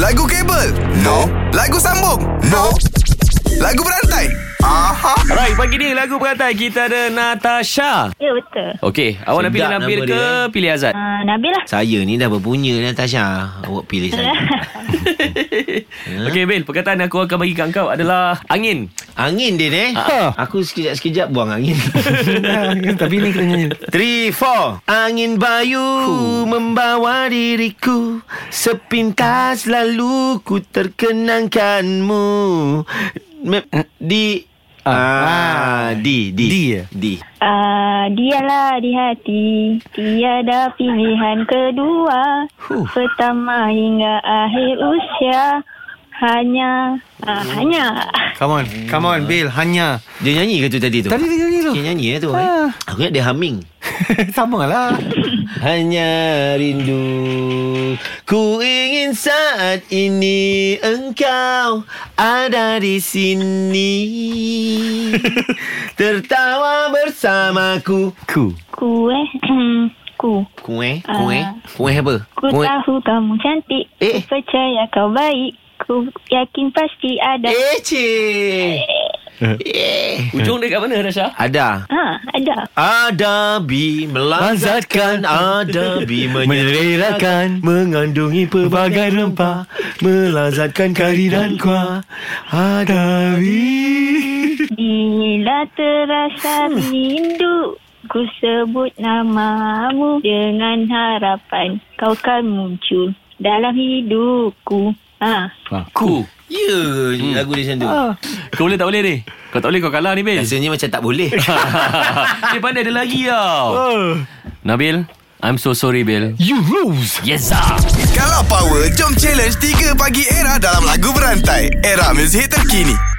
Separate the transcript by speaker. Speaker 1: Lagu kabel? No. Lagu sambung? No. Lagu berantai? Aha.
Speaker 2: Alright, pagi ni lagu perkataan kita ada Natasha.
Speaker 3: Ya betul
Speaker 2: Okey, awak nak
Speaker 4: Sedap
Speaker 2: pilih Nabil
Speaker 4: nama
Speaker 2: ke
Speaker 4: dia, eh.
Speaker 2: pilih Azad?
Speaker 3: uh, Nabil lah
Speaker 4: Saya ni dah berpunya Natasha. Awak pilih saya. Hmm.
Speaker 2: Okey, Bil, perkataan aku akan bagi kat kau adalah angin.
Speaker 4: Angin dia ni.
Speaker 2: Ah.
Speaker 4: Aku sekejap-sekejap buang angin.
Speaker 5: Tapi ni kena nyanyi
Speaker 4: Three, four. Angin bayu membawa diriku sepintas lalu ku terkenangkanmu. Me- di Ah, di di
Speaker 5: Di, ya?
Speaker 4: di.
Speaker 3: uh, Dialah di hati Tiada pilihan kedua Pertama hingga akhir usia Hanya
Speaker 4: Hmm.
Speaker 3: uh, Hanya
Speaker 5: Come on Come on Bill Hanya
Speaker 4: Dia nyanyi ke tu tadi tu?
Speaker 5: Tadi dia nyanyi tu
Speaker 4: Dia nyanyi ya tu.
Speaker 5: Ah.
Speaker 4: eh? Aku ingat dia humming.
Speaker 5: Sama lah
Speaker 4: Hanya rindu Ku ingin saat ini Engkau ada di sini Tertawa bersamaku Ku
Speaker 3: Ku eh Ku
Speaker 4: Kue
Speaker 3: Ah.
Speaker 4: Kue Kue apa?
Speaker 3: Ku tahu kamu cantik
Speaker 4: Eh.
Speaker 3: Ku percaya kau baik Ku yakin pasti ada
Speaker 4: Eh cik Eh
Speaker 2: Ujung dia kat mana, Natasha?
Speaker 4: Ada
Speaker 3: Ha, ada.
Speaker 4: Adabi melazatkan Adabi menyerahkan
Speaker 5: Menyerahkan Mengandungi pelbagai rempah Melazatkan kari dan kuah Hadapi
Speaker 3: Bila terasa rindu Ku sebut namamu Dengan harapan Kau kan muncul Dalam hidupku Ha,
Speaker 2: Ku. Ah.
Speaker 4: Ya yeah, lagu dia macam tu
Speaker 2: Kau boleh tak boleh ni? Kau tak boleh, kau kalah ni, Bil.
Speaker 4: Rasanya macam tak boleh
Speaker 2: dia pandai dia lagi tau. Nabil, I'm so sorry,
Speaker 5: Oh.
Speaker 2: Bil.
Speaker 5: You lose
Speaker 2: Yes, sir.
Speaker 1: Kalau power, jom challenge 3 pagi era dalam lagu berantai. Era muzik terkini.